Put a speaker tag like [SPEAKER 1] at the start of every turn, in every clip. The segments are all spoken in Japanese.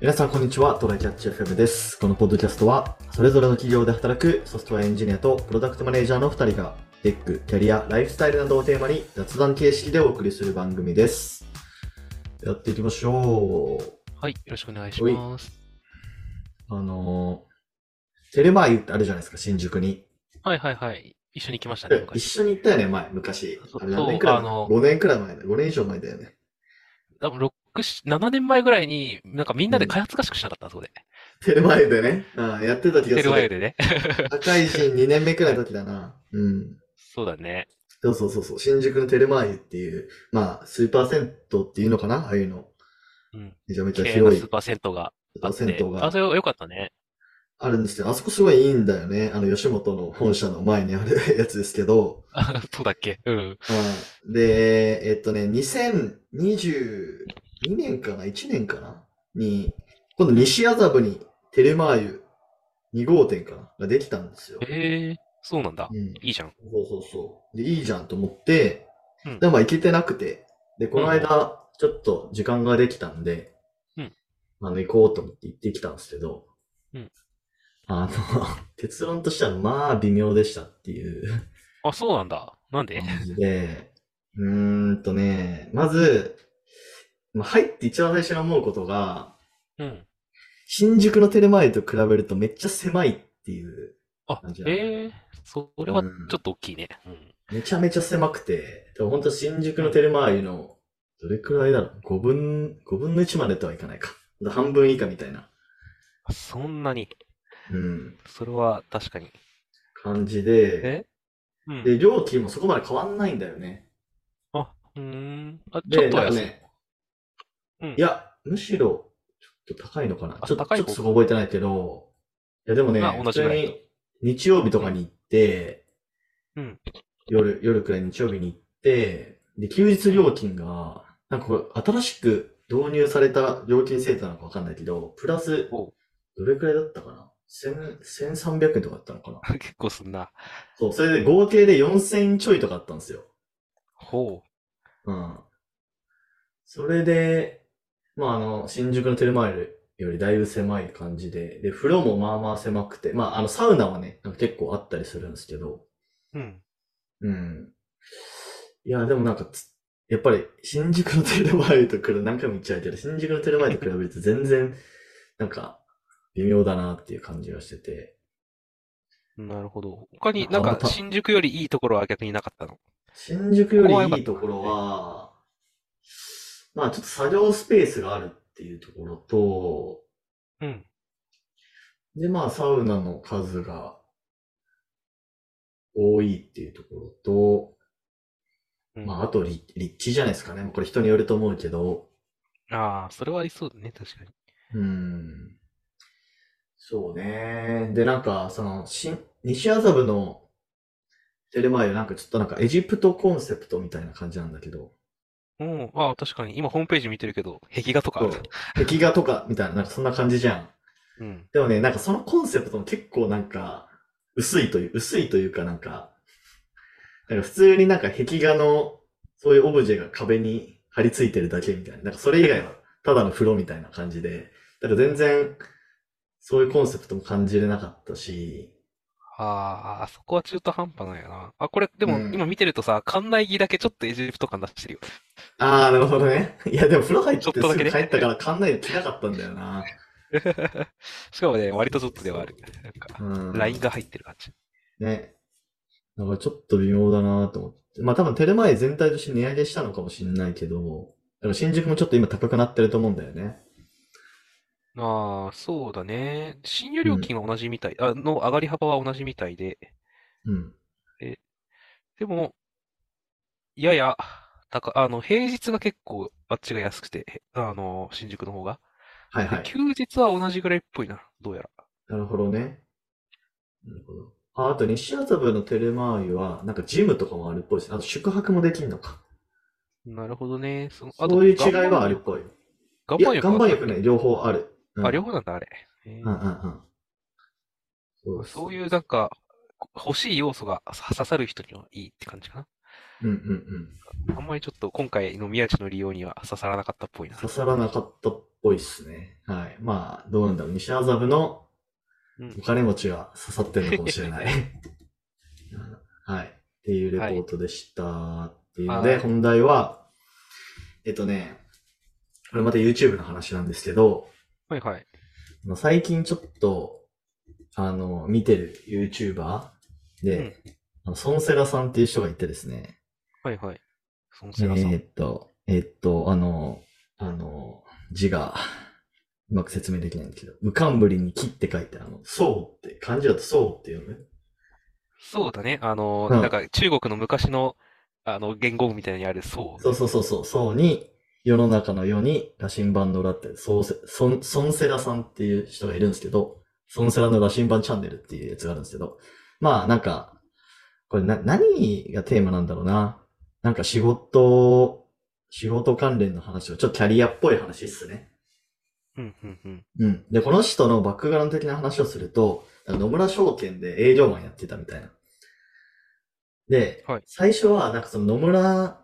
[SPEAKER 1] 皆さん、こんにちは。トライキャッチ FM です。このポッドキャストは、それぞれの企業で働くソフトウェアエンジニアとプロダクトマネージャーの2人が、テック、キャリア、ライフスタイルなどをテーマに雑談形式でお送りする番組です。やっていきましょう。
[SPEAKER 2] はい、よろしくお願いします。
[SPEAKER 1] あのーテレマーユってあるじゃないですか、新宿に。
[SPEAKER 2] はいはいはい。一緒に来ましたね、
[SPEAKER 1] 一
[SPEAKER 2] 昔。
[SPEAKER 1] 緒に行ったよね、前、昔。
[SPEAKER 2] そう
[SPEAKER 1] あれ何年くらい前
[SPEAKER 2] あの
[SPEAKER 1] ?5 年くらい前だ。5年以上前だよね。
[SPEAKER 2] 多分6、7年前ぐらいに、なんかみんなで開発合宿しなかった、そこで。
[SPEAKER 1] テレマーユでね。うん、やってた気
[SPEAKER 2] テ
[SPEAKER 1] が
[SPEAKER 2] ル
[SPEAKER 1] す
[SPEAKER 2] ワイユ
[SPEAKER 1] る。
[SPEAKER 2] でね。
[SPEAKER 1] 社会人2年目くらいの時だな。うん。
[SPEAKER 2] そうだね。
[SPEAKER 1] そうそうそうそう。新宿のテルマー湯っていう、まあ、スーパー銭湯っていうのかなああいうの。
[SPEAKER 2] うん。
[SPEAKER 1] めちゃめちゃ
[SPEAKER 2] 経営の
[SPEAKER 1] 広い
[SPEAKER 2] スーパー銭湯があって。
[SPEAKER 1] 銭湯
[SPEAKER 2] あ、
[SPEAKER 1] が
[SPEAKER 2] それよかったね。
[SPEAKER 1] あるんですけど、あそこすごいいいんだよね。あの、吉本の本社の前にあるやつですけど。
[SPEAKER 2] あそうだっけうん。
[SPEAKER 1] はいで、えっとね、2022年かな ?1 年かなに、今度西麻布にテルマー湯2号店かなができたんですよ。
[SPEAKER 2] ええそうなんだ
[SPEAKER 1] う。ん。
[SPEAKER 2] いいじゃん。
[SPEAKER 1] そうそうそう。で、いいじゃんと思って、
[SPEAKER 2] うん
[SPEAKER 1] でもまあ行けてなくて、で、この間、ちょっと時間ができたんで、
[SPEAKER 2] うん
[SPEAKER 1] あの、行こうと思って行ってきたんですけど、
[SPEAKER 2] うん
[SPEAKER 1] あの、 結論としては、まあ、微妙でしたっていう
[SPEAKER 2] あ、そうなんだ。なんで
[SPEAKER 1] 感じで、うーんとね、まず、まあ入って一番最初に思うことが、
[SPEAKER 2] うん。
[SPEAKER 1] 新宿のテレマイと比べるとめっちゃ狭いっていう、
[SPEAKER 2] あ
[SPEAKER 1] 感じ、だね
[SPEAKER 2] ええそれはちょっと大きいね。うん。
[SPEAKER 1] めちゃめちゃ狭くて、でも本当新宿のテレマー湯の、どれくらいだろう ?5 分、5分の1までとはいかないか。半分以下みたいな、
[SPEAKER 2] あそんなに。
[SPEAKER 1] うん、
[SPEAKER 2] それは確かに。
[SPEAKER 1] 感じで、
[SPEAKER 2] えうん。
[SPEAKER 1] で、料金もそこまで変わんないんだよね。
[SPEAKER 2] あ、うーん。あ、ちょ
[SPEAKER 1] で、
[SPEAKER 2] っと
[SPEAKER 1] な
[SPEAKER 2] は
[SPEAKER 1] んか
[SPEAKER 2] 安い。
[SPEAKER 1] ね、
[SPEAKER 2] うん
[SPEAKER 1] いや、むしろ、ちょっと高いのかな。
[SPEAKER 2] あ
[SPEAKER 1] ちょっと、
[SPEAKER 2] 高い
[SPEAKER 1] ちょっ
[SPEAKER 2] 方
[SPEAKER 1] とそこ覚えてないけど、いやでもね、
[SPEAKER 2] まあ同
[SPEAKER 1] 普
[SPEAKER 2] じ
[SPEAKER 1] 通
[SPEAKER 2] ぐらい
[SPEAKER 1] に日曜日とかに行って、
[SPEAKER 2] うん。
[SPEAKER 1] 夜、夜くらい日曜日に行って、で、休日料金が、なんかこれ、新しく導入された料金制度なのかわかんないけど、プラス、
[SPEAKER 2] おう
[SPEAKER 1] どれくらいだったかな千1300円とかだったのかな
[SPEAKER 2] 結構すんな。
[SPEAKER 1] そう、それで合計で4000円ちょいとかあったんですよ。
[SPEAKER 2] ほ
[SPEAKER 1] うん。それで、まあ、あの、新宿のテルマイルよりだいぶ狭い感じで、で、風呂もまあまあ狭くて、まあ、あの、サウナはね、なんか結構あったりするんですけど、
[SPEAKER 2] う。うん。
[SPEAKER 1] うん。いや、でもなんかつ、やっぱり、新宿のテレマイと比べ、何回も言っちゃうけど、新宿のテレマイと比べると全然、なんか、微妙だなっていう感じがしてて、
[SPEAKER 2] なるほど。他に
[SPEAKER 1] あ
[SPEAKER 2] なん
[SPEAKER 1] ま
[SPEAKER 2] か
[SPEAKER 1] た
[SPEAKER 2] 新宿よりいいところは逆になかったの
[SPEAKER 1] 新宿よ
[SPEAKER 2] ここは良
[SPEAKER 1] り
[SPEAKER 2] かっ
[SPEAKER 1] い
[SPEAKER 2] た
[SPEAKER 1] いところは、まあちょっと作業スペースがあるっていうところと、
[SPEAKER 2] うん。
[SPEAKER 1] で、まあ、サウナの数が多いっていうところ
[SPEAKER 2] う
[SPEAKER 1] と、
[SPEAKER 2] ん
[SPEAKER 1] まあ、あと立、立地じゃないですかね。もうこれ人によると思うけど、
[SPEAKER 2] ああ、それはありそうだね、確かに。
[SPEAKER 1] うん。そうね。で、なんか、その、新、西麻布のテレマイル、なんかちょっとなんかエジプトコンセプトみたいな感じなんだけど、
[SPEAKER 2] うん。ああ、確かに。今ホームページ見てるけど、壁画とかあ
[SPEAKER 1] そう
[SPEAKER 2] る。
[SPEAKER 1] 壁画とかみたいな、なんかそんな感じじゃん。
[SPEAKER 2] うん。
[SPEAKER 1] でもね、なんかそのコンセプトも結構なんか、薄いという、薄いというかなんか、なんか普通になんか壁画の、そういうオブジェが壁に貼り付いてるだけみたいな、なんかそれ以外はただの風呂みたいな感じで、だから全然、そういうコンセプトも感じれなかったし、
[SPEAKER 2] ああ、そこは中途半端なんやな。あ、これ、でも
[SPEAKER 1] うん
[SPEAKER 2] 今見てるとさ、館内着だけちょっとエジプト感出してるよ。
[SPEAKER 1] あー、なるほどね。いや、でも風呂入っ
[SPEAKER 2] ちょってとだ
[SPEAKER 1] す
[SPEAKER 2] け
[SPEAKER 1] ぐ
[SPEAKER 2] ね
[SPEAKER 1] 帰ったから館内で着なかったんだよな。
[SPEAKER 2] しかもね、割とちょっとではある。なんか、
[SPEAKER 1] うん。
[SPEAKER 2] ラインが入ってる感じ。
[SPEAKER 1] ね。だからちょっと微妙だなと思って。まあ多分テレマイ全体として値上げしたのかもしれないけど、でも新宿もちょっと今高くなってると思うんだよね。
[SPEAKER 2] ああ、そうだね。深夜料金は同じみたい。あの、上がり幅は同じみたいで。
[SPEAKER 1] うん。
[SPEAKER 2] でも、やや、高、あの、平日が結構あっちが安くて、あの、新宿の方が。
[SPEAKER 1] はいはい。
[SPEAKER 2] 休日は同じぐらいっぽいな、どうやら。
[SPEAKER 1] なるほどね。なるほど。あ、あと西麻布のテレマイは、なんかジムとかもあるっぽいし、あと宿泊もできんのか。
[SPEAKER 2] なるほどね。その、あ
[SPEAKER 1] そういう違い
[SPEAKER 2] 岩盤
[SPEAKER 1] はあるっぽい。
[SPEAKER 2] 岩
[SPEAKER 1] いや、
[SPEAKER 2] 盤浴
[SPEAKER 1] 岩盤
[SPEAKER 2] は
[SPEAKER 1] 浴ね、両方ある。うん
[SPEAKER 2] あ、両方なんだ、あれ。え
[SPEAKER 1] うんうん
[SPEAKER 2] ー
[SPEAKER 1] うん。そうです
[SPEAKER 2] そういうなんか、欲しい要素が刺さる人にはいいって感じかな。
[SPEAKER 1] うんうんうん。
[SPEAKER 2] あんまりちょっと今回の宮地の利用には刺さらなかったっぽいな。
[SPEAKER 1] 刺さらなかったっぽいっすね。はい。まあ、どうなんだろう。西麻布の
[SPEAKER 2] うん
[SPEAKER 1] お金持ちは刺さってるのかもしれ ない。はい。っていうレポートでした。っていうの
[SPEAKER 2] は
[SPEAKER 1] で、
[SPEAKER 2] い
[SPEAKER 1] 本題は、えっとね、これまた YouTube の話なんですけど、
[SPEAKER 2] はいはい。
[SPEAKER 1] あの最近ちょっと、あの、見てる YouTuber で、あのソンセラさんっていう人がいてですね、
[SPEAKER 2] はいはい。その
[SPEAKER 1] え
[SPEAKER 2] セラさん。
[SPEAKER 1] ーっと、えーっと、あの、あの、字が、うまく説明できないんだけど、無冠に木って書いて、あの、そうって、漢字だとそうって読む
[SPEAKER 2] そうだね。あの、
[SPEAKER 1] うん
[SPEAKER 2] なんか中国の昔の、あの、言語部みたいにある、そう。
[SPEAKER 1] そうそうそうそう、そうに、世の中の世に羅針盤の裏って、そうせソンソンセラさんっていう人がいるんですけど、ソンセラの羅針盤チャンネルっていうやつがあるんですけど、まあなんか、これな、何がテーマなんだろうな。なんか仕事、仕事関連の話を、ちょっとキャリアっぽい話っすね。
[SPEAKER 2] うん、うん、うん。
[SPEAKER 1] うん。で、この人のバックグラウンド的な話をすると、野村証券で営業マンやってたみたいな。で、
[SPEAKER 2] はい
[SPEAKER 1] 最初は、なんかその野村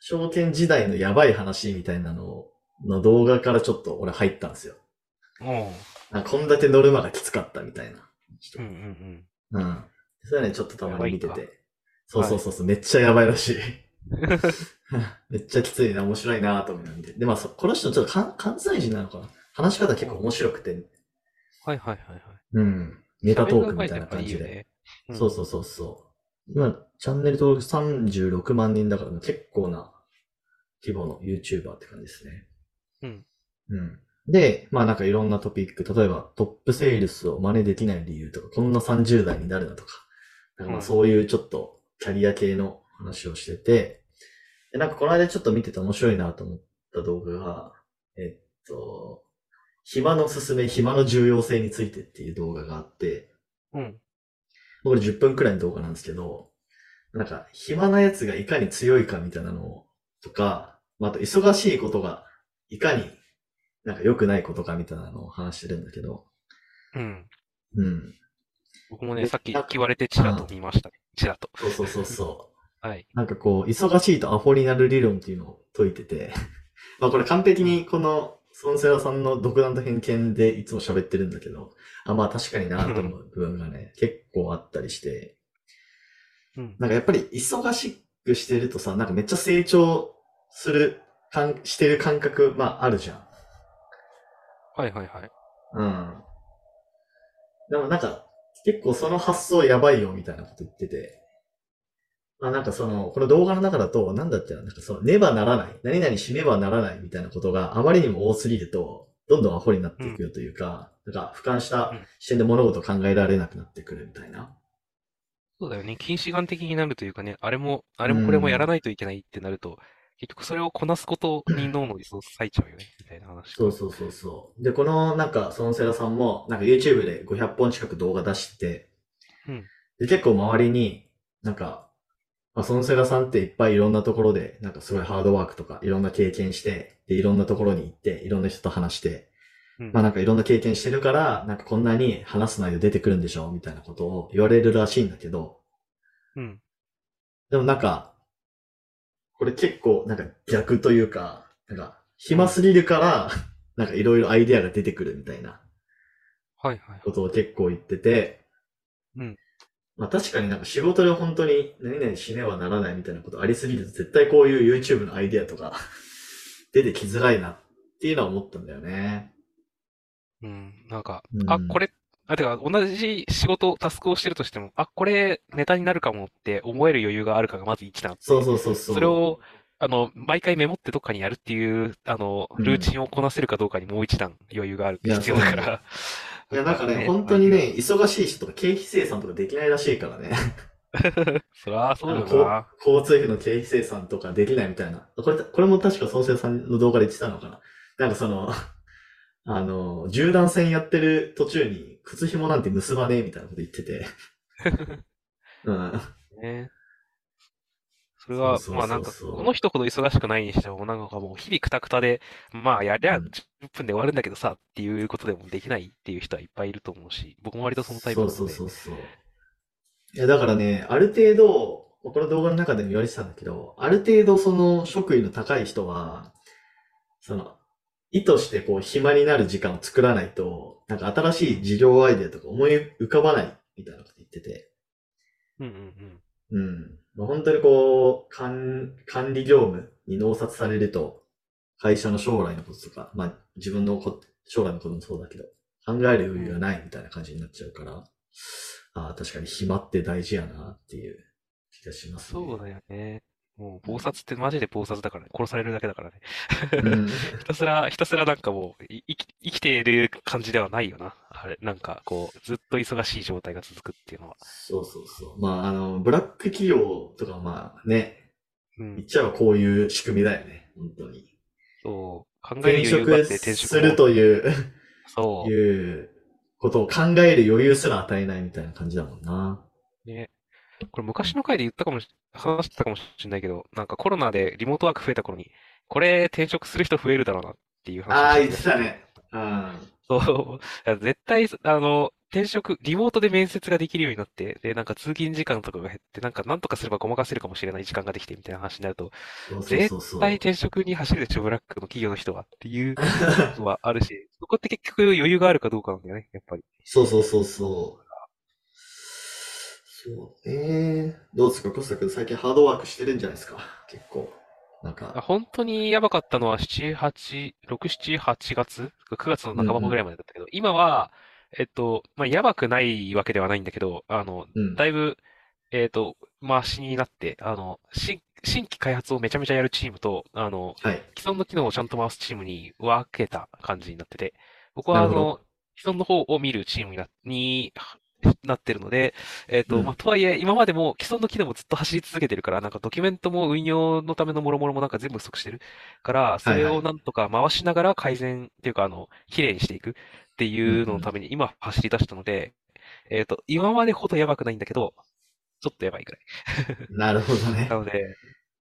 [SPEAKER 1] 証券時代のやばい話みたいなのをの動画からちょっと俺入ったんですよ。
[SPEAKER 2] おう
[SPEAKER 1] あ、こんだけノルマがきつかったみたいな。
[SPEAKER 2] うん、うん、うん。
[SPEAKER 1] うん。それはね、ちょっとたまに見て
[SPEAKER 2] やばい
[SPEAKER 1] て。そうそうそうそう、めっちゃやばいらしい。 めっちゃきついな、面白いなと思いながら見て。で、まあ、そこの人ちょっと関関西人なのかな話し方結構面白くて、
[SPEAKER 2] はいはいはいはい。
[SPEAKER 1] うん。ネタトークみたいな感じ
[SPEAKER 2] 喋りが上手いとやっぱい
[SPEAKER 1] で。
[SPEAKER 2] いよね。うん
[SPEAKER 1] そうそうそうそう。今、チャンネル登録36万人だから、結構な規模の YouTuber って感じですね。
[SPEAKER 2] うん。
[SPEAKER 1] うん。で、まあなんかいろんなトピック、例えばトップセールスを真似できない理由とか、こんな30代になるなとか、なんかま
[SPEAKER 2] う
[SPEAKER 1] あ
[SPEAKER 2] ん
[SPEAKER 1] そういうちょっとキャリア系の話をしてて、でなんかこの間ちょっと見てて面白いなと思った動画が、えっと、暇の勧め、暇の重要性についてっていう動画があって、
[SPEAKER 2] うん。
[SPEAKER 1] これ10分くらいの動画なんですけど、なんか、暇なやつがいかに強いかみたいなのをとか、まあ、あと忙しいことがいかになんか良くないことかみたいなのを話してるんだけど、
[SPEAKER 2] うん。
[SPEAKER 1] うん。
[SPEAKER 2] 僕もね、
[SPEAKER 1] で
[SPEAKER 2] さっき
[SPEAKER 1] なんか
[SPEAKER 2] 言われてチラッと見ましたね。チラッと。
[SPEAKER 1] そうそうそうそ
[SPEAKER 2] はい。
[SPEAKER 1] う。なんかこう、忙しいとアホになる理論っていうのを解いてて、 まあこれ完璧にこの、孫セラさんの独断と偏見でいつも喋ってるんだけど、あ、まあ確かになと思う部分がね、結構あったりして、
[SPEAKER 2] うん。
[SPEAKER 1] なんかやっぱり忙しくしてるとさ、なんかめっちゃ成長する、かんしてる感覚、まああるじゃん。
[SPEAKER 2] はいはいはい。
[SPEAKER 1] うん。でもなんか、結構その発想やばいよみたいなこと言ってて。まあなんかその、この動画の中だと、なんだってな、なんかその、ねばならない、何々しねばならないみたいなことがあまりにも多すぎると、どんどんアホになっていくよというか、なんか俯瞰した視点で物事を考えられなくなってくるみたいな。
[SPEAKER 2] そうだよね。近視眼的になるというかね、あれも、あれもこれもやらないといけないってなると、結局それをこなすことに脳のリソース割いちゃうよね、みたいな話。
[SPEAKER 1] そうそうそうそう。で、このなんか、そのセラさんも、なんか YouTube で500本近く動画出して、
[SPEAKER 2] うん
[SPEAKER 1] で、結構周りに、なんか、まあ、そのセラさんっていっぱいいろんなところで、なんかすごいハードワークとか、いろんな経験して、で、いろんなところに行って、いろんな人と話して、
[SPEAKER 2] うん。
[SPEAKER 1] まあなんかいろんな経験してるから、なんかこんなに話す内容出てくるんでしょみたいなことを言われるらしいんだけど、
[SPEAKER 2] うん。
[SPEAKER 1] でもなんか、これ結構なんか逆というか、なんか暇すぎるから、 なんかいろいろアイデアが出てくるみたいな
[SPEAKER 2] はいはいはい。
[SPEAKER 1] ことを結構言ってて、
[SPEAKER 2] うん。
[SPEAKER 1] まあ確かになんか仕事で本当に何々しねばならないみたいなことありすぎると絶対こういう YouTube のアイデアとか 出てきづらいなっていうのは思ったんだよね。
[SPEAKER 2] うん。なんか、
[SPEAKER 1] うん
[SPEAKER 2] あ、これ、あ、てか、同じ仕事、タスクをしてるとしても、あ、これ、ネタになるかもって思える余裕があるかがまず一なんで
[SPEAKER 1] そうそうそうそう。
[SPEAKER 2] それを、あの、毎回メモってどっかにやるっていう、あの、
[SPEAKER 1] うん
[SPEAKER 2] ルーチンをこなせるかどうかにもう一段余裕がある
[SPEAKER 1] いや
[SPEAKER 2] 必要だから。
[SPEAKER 1] いやなんかね、本当に。ね、忙しい人とか経費生産とかできないらしいからね。
[SPEAKER 2] そりゃ、そうだよ
[SPEAKER 1] あ
[SPEAKER 2] な。
[SPEAKER 1] の交通費の経費生産とかできないみたいな。これ、これも確か創生さんの動画で言ってたのかな。なんかその、 あの、縦断線やってる途中に靴紐なんて結ばねえみたいなこと言ってて。うん。
[SPEAKER 2] ね。それは、
[SPEAKER 1] そうそうそうそう
[SPEAKER 2] まあなんか、この人ほど忙しくないにしても、なんかもう日々くたくたで、まあやりゃ
[SPEAKER 1] う
[SPEAKER 2] 10
[SPEAKER 1] ん
[SPEAKER 2] 分で終わるんだけどさ、っていうことでもできないっていう人はいっぱいいると思うし、僕も割とそのタイプなの
[SPEAKER 1] そうそう
[SPEAKER 2] で、
[SPEAKER 1] そうそう。いや、だからね、ある程度、この動画の中でも言われてたんだけど、ある程度その職位の高い人は、その、意図してこう暇になる時間を作らないと、なんか新しい事業アイデアとか思い浮かばないみたいなこと言ってて、
[SPEAKER 2] うんうん
[SPEAKER 1] うん。まあ本当にこう、管管理業務に納札されると、会社の将来のこととか、まあ自分のこ将来のこともそうだけど、考える余裕がないみたいな感じになっちゃうから、ああ、確かに暇って大事やなっていう気がしますね。
[SPEAKER 2] そうだよね。もう、暴殺ってマジで暴殺だからね。殺されるだけだからね。
[SPEAKER 1] うん
[SPEAKER 2] ひたすら、ひたすらなんかもう、い生き、生きている感じではないよな。あれ、なんかこう、ずっと忙しい状態が続くっていうのは。
[SPEAKER 1] そうそうそう。まあ、あの、ブラック企業とか、まあね、
[SPEAKER 2] うん
[SPEAKER 1] 言っちゃえばこういう仕組みだよね、本当に。
[SPEAKER 2] そう、考える
[SPEAKER 1] 転
[SPEAKER 2] 余裕があ
[SPEAKER 1] 職
[SPEAKER 2] って転職
[SPEAKER 1] する
[SPEAKER 2] も、
[SPEAKER 1] という、
[SPEAKER 2] そ
[SPEAKER 1] いうことを考える余裕すら与えないみたいな感じだもんな。
[SPEAKER 2] う、ね。これ昔の回で言ったかもし、話してたかもしれないけど、なんかコロナでリモートワーク増えた頃に、これ転職する人増えるだろうなっていう話を
[SPEAKER 1] ああ、
[SPEAKER 2] して
[SPEAKER 1] 言ってたね。あ
[SPEAKER 2] そう、 絶対、あの、転職、リモートで面接ができるようになって、で、なんか通勤時間とかが減って、なんかなんとかすればごまかせるかもしれない時間ができてみたいな話になると、
[SPEAKER 1] そうそうそうそ
[SPEAKER 2] 絶
[SPEAKER 1] う。
[SPEAKER 2] 対転職に走るでしょ、ブラックの企業の人はっ ていうのはあるし、そこって結局余裕があるかどうかなんだよね、やっぱり。
[SPEAKER 1] そうそうそうそう。そうね。どうですか、コスタ君、最近ハードワークしてるんじゃないですか。結構。なん
[SPEAKER 2] あ
[SPEAKER 1] か、
[SPEAKER 2] 本当にやばかったのは7、8、6、7、8月 ?9 月の半ばぐらいまでだったけど、今は、えっと、まあ、やばくないわけではないんだけど、あの、
[SPEAKER 1] うん。
[SPEAKER 2] だいぶ、えっと、マシになって、あの、新、新規開発をめちゃめちゃやるチームと、あの、
[SPEAKER 1] はい。
[SPEAKER 2] 既存の機能をちゃんと回すチームに分けた感じになってて、僕は
[SPEAKER 1] な
[SPEAKER 2] あ
[SPEAKER 1] るほど
[SPEAKER 2] の、既存の方を見るチームにな、になってるので、えっと、
[SPEAKER 1] うん
[SPEAKER 2] まあ、とはいえ、今までも既存の機能もずっと走り続けてるから、なんかドキュメントも運用のためのもろもろもなんか全部不足してるから、それ
[SPEAKER 1] はいは
[SPEAKER 2] を
[SPEAKER 1] い
[SPEAKER 2] なんとか回しながら改善っていうか、あの、綺麗にしていくっていうののために今走り出したので、えっと、今までほどやばくないんだけど、ちょっとやばいくらい。
[SPEAKER 1] なるほど ね
[SPEAKER 2] な。ので、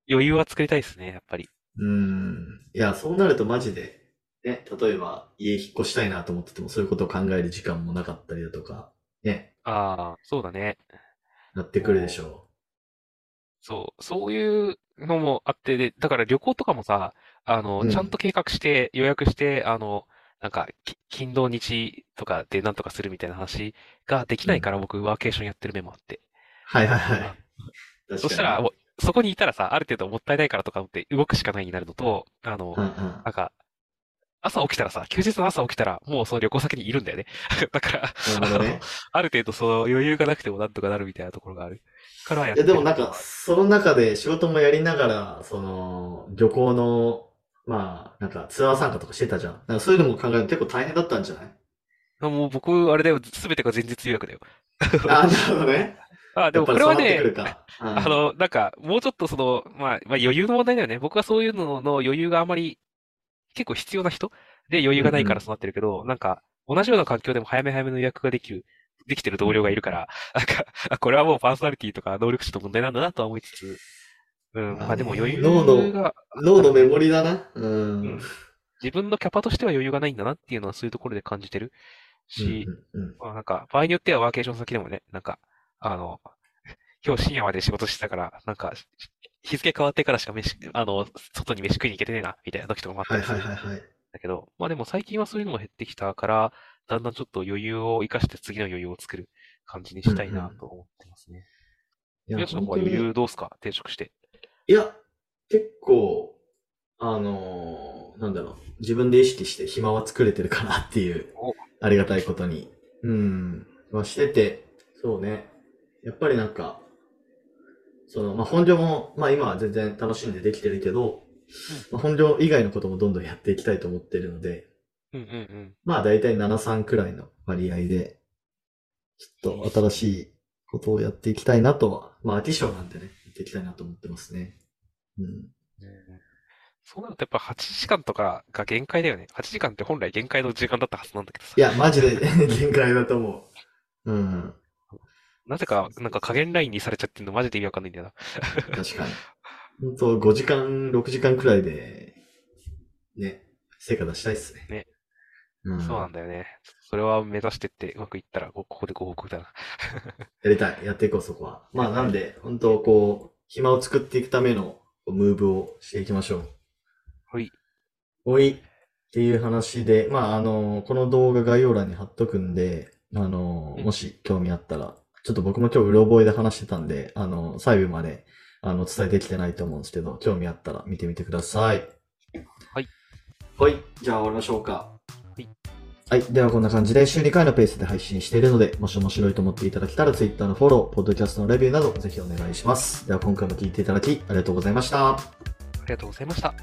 [SPEAKER 2] 余裕は作りたいですね、やっぱり。
[SPEAKER 1] うん。いや、そうなるとマジで、ね、例えば家引っ越したいなと思ってても、そういうことを考える時間もなかったりだとか、ね、
[SPEAKER 2] ああ、そうだね。
[SPEAKER 1] なってくるでしょ
[SPEAKER 2] そう、そういうのもあって、で、だから旅行とかもさ、あ
[SPEAKER 1] う
[SPEAKER 2] の、
[SPEAKER 1] ん
[SPEAKER 2] ちゃんと計画して予約して、あの、なんか、き金土日とかでなんとかするみたいな話ができないから、僕、ワーケーションやってる面もあって。
[SPEAKER 1] う。はいはいはい。確かに。
[SPEAKER 2] そしたら、もうそこにいたらさ、ある程度もったいないからとか思って動くしかないになるのと、あの、
[SPEAKER 1] うんうん
[SPEAKER 2] なんか、朝起きたらさ、休日の朝起きたら、もうその旅行先にいるんだよね。 だから、
[SPEAKER 1] な るほどね。
[SPEAKER 2] ある程度その余裕がなくてもなんとかなるみたいなところがあるからやっ
[SPEAKER 1] いや、
[SPEAKER 2] て
[SPEAKER 1] で
[SPEAKER 2] る
[SPEAKER 1] もなんか、その中で仕事もやりながら、その、旅行の、まあ、なんかツアー参加とかしてたじゃん。なんかそういうのも考えると結構大変だったんじゃ ない
[SPEAKER 2] もう僕、あれだよ、すべてが前日予約だよ。
[SPEAKER 1] あ、なるほどね。
[SPEAKER 2] あ、でもこれ
[SPEAKER 1] や
[SPEAKER 2] は
[SPEAKER 1] っぱりそうなって
[SPEAKER 2] ね
[SPEAKER 1] く、るか。うん
[SPEAKER 2] あの、なんか、もうちょっとその、まあ、まあ余裕の問題だよね。僕はそういうのの余裕があまり、結構必要な人で余裕がないからそうなってるけど、なんか、同じような環境でも早め早めの予約ができる、できてる同僚がいるから、 なんか、あこれはもうパーソナリティとか能力値の問題なんだなとは思いつつ、うん、まあでも余裕
[SPEAKER 1] 脳の
[SPEAKER 2] が、
[SPEAKER 1] 脳のメモリだな。う
[SPEAKER 2] うんん。自分のキャパとしては余裕がないんだなっていうのはそういうところで感じてる
[SPEAKER 1] うん
[SPEAKER 2] し、
[SPEAKER 1] うんうん
[SPEAKER 2] まあなんか、場合によってはワーケーション先でもね、なんか、あの、 今日深夜まで仕事してたから、なんか、し日付変わってからしか飯、あの、外に飯食いに行けてねえな、みたいな時とかもあった
[SPEAKER 1] はい
[SPEAKER 2] りす
[SPEAKER 1] はい
[SPEAKER 2] るん
[SPEAKER 1] はいはい。
[SPEAKER 2] だけど、まあでも最近はそういうのも減ってきたから、だんだんちょっと余裕を生かして次の余裕を作る感じにしたいなと思ってますね。
[SPEAKER 1] いや
[SPEAKER 2] 皆さんは
[SPEAKER 1] 本当
[SPEAKER 2] 余
[SPEAKER 1] に
[SPEAKER 2] 裕どうすか転職して。
[SPEAKER 1] いや、結構、あのーなんだろう、自分で意識して暇は作れてるかなっていう
[SPEAKER 2] お、
[SPEAKER 1] ありがたいことに。うん。まあ、してて、そうね。やっぱりなんか、その、まあ、本業も、まあ、今は全然楽しんでできてるけど、まあ、本業以外のこともどんどんやっていきたいと思ってるので、
[SPEAKER 2] うんうんうん。
[SPEAKER 1] まあ、だいたい7、3くらいの割合で、ちょっと新しいことをやっていきたいなとは、まあ、飽き性なんでね、やっていきたいなと思ってますね。うん。
[SPEAKER 2] そうなるとやっぱ8時間とかが限界だよね。8時間って本来限界の時間だったはずなんだけどさ
[SPEAKER 1] い。や、マジで 限界だと思う。うん。
[SPEAKER 2] なぜか、なんか加減ラインにされちゃってるのマジで意味わかんないんだよな。
[SPEAKER 1] 確かに。本当5時間、6時間くらいで、ね、成果出したいっすね。
[SPEAKER 2] ね。
[SPEAKER 1] うん。
[SPEAKER 2] そうなんだよね。ちょっとそれは目指してってうまくいったら、こここでご報告だな。
[SPEAKER 1] やりたい。やっていこう、そこは。まあ、なんで、本当こ暇を作っていくためのムーブをしていきましょう。
[SPEAKER 2] ほい。
[SPEAKER 1] おい。っていう話で、まあ、あの、この動画概要欄に貼っとくんで、あの、
[SPEAKER 2] うん
[SPEAKER 1] もし興味あったら、ちょっと僕も今日うろ覚えで話してたんで、あの、細部まで、あの、お伝えできてないと思うんですけど、興味あったら見てみてください。
[SPEAKER 2] はい。
[SPEAKER 1] はい。じゃあ終わりましょうか。
[SPEAKER 2] はい。
[SPEAKER 1] はい。ではこんな感じで週2回のペースで配信しているので、もし面白いと思っていただけたら Twitter のフォロー、ポッドキャストのレビューなどぜひお願いします。では今回も聞いていただきありがとうございました。
[SPEAKER 2] ありがとうございました。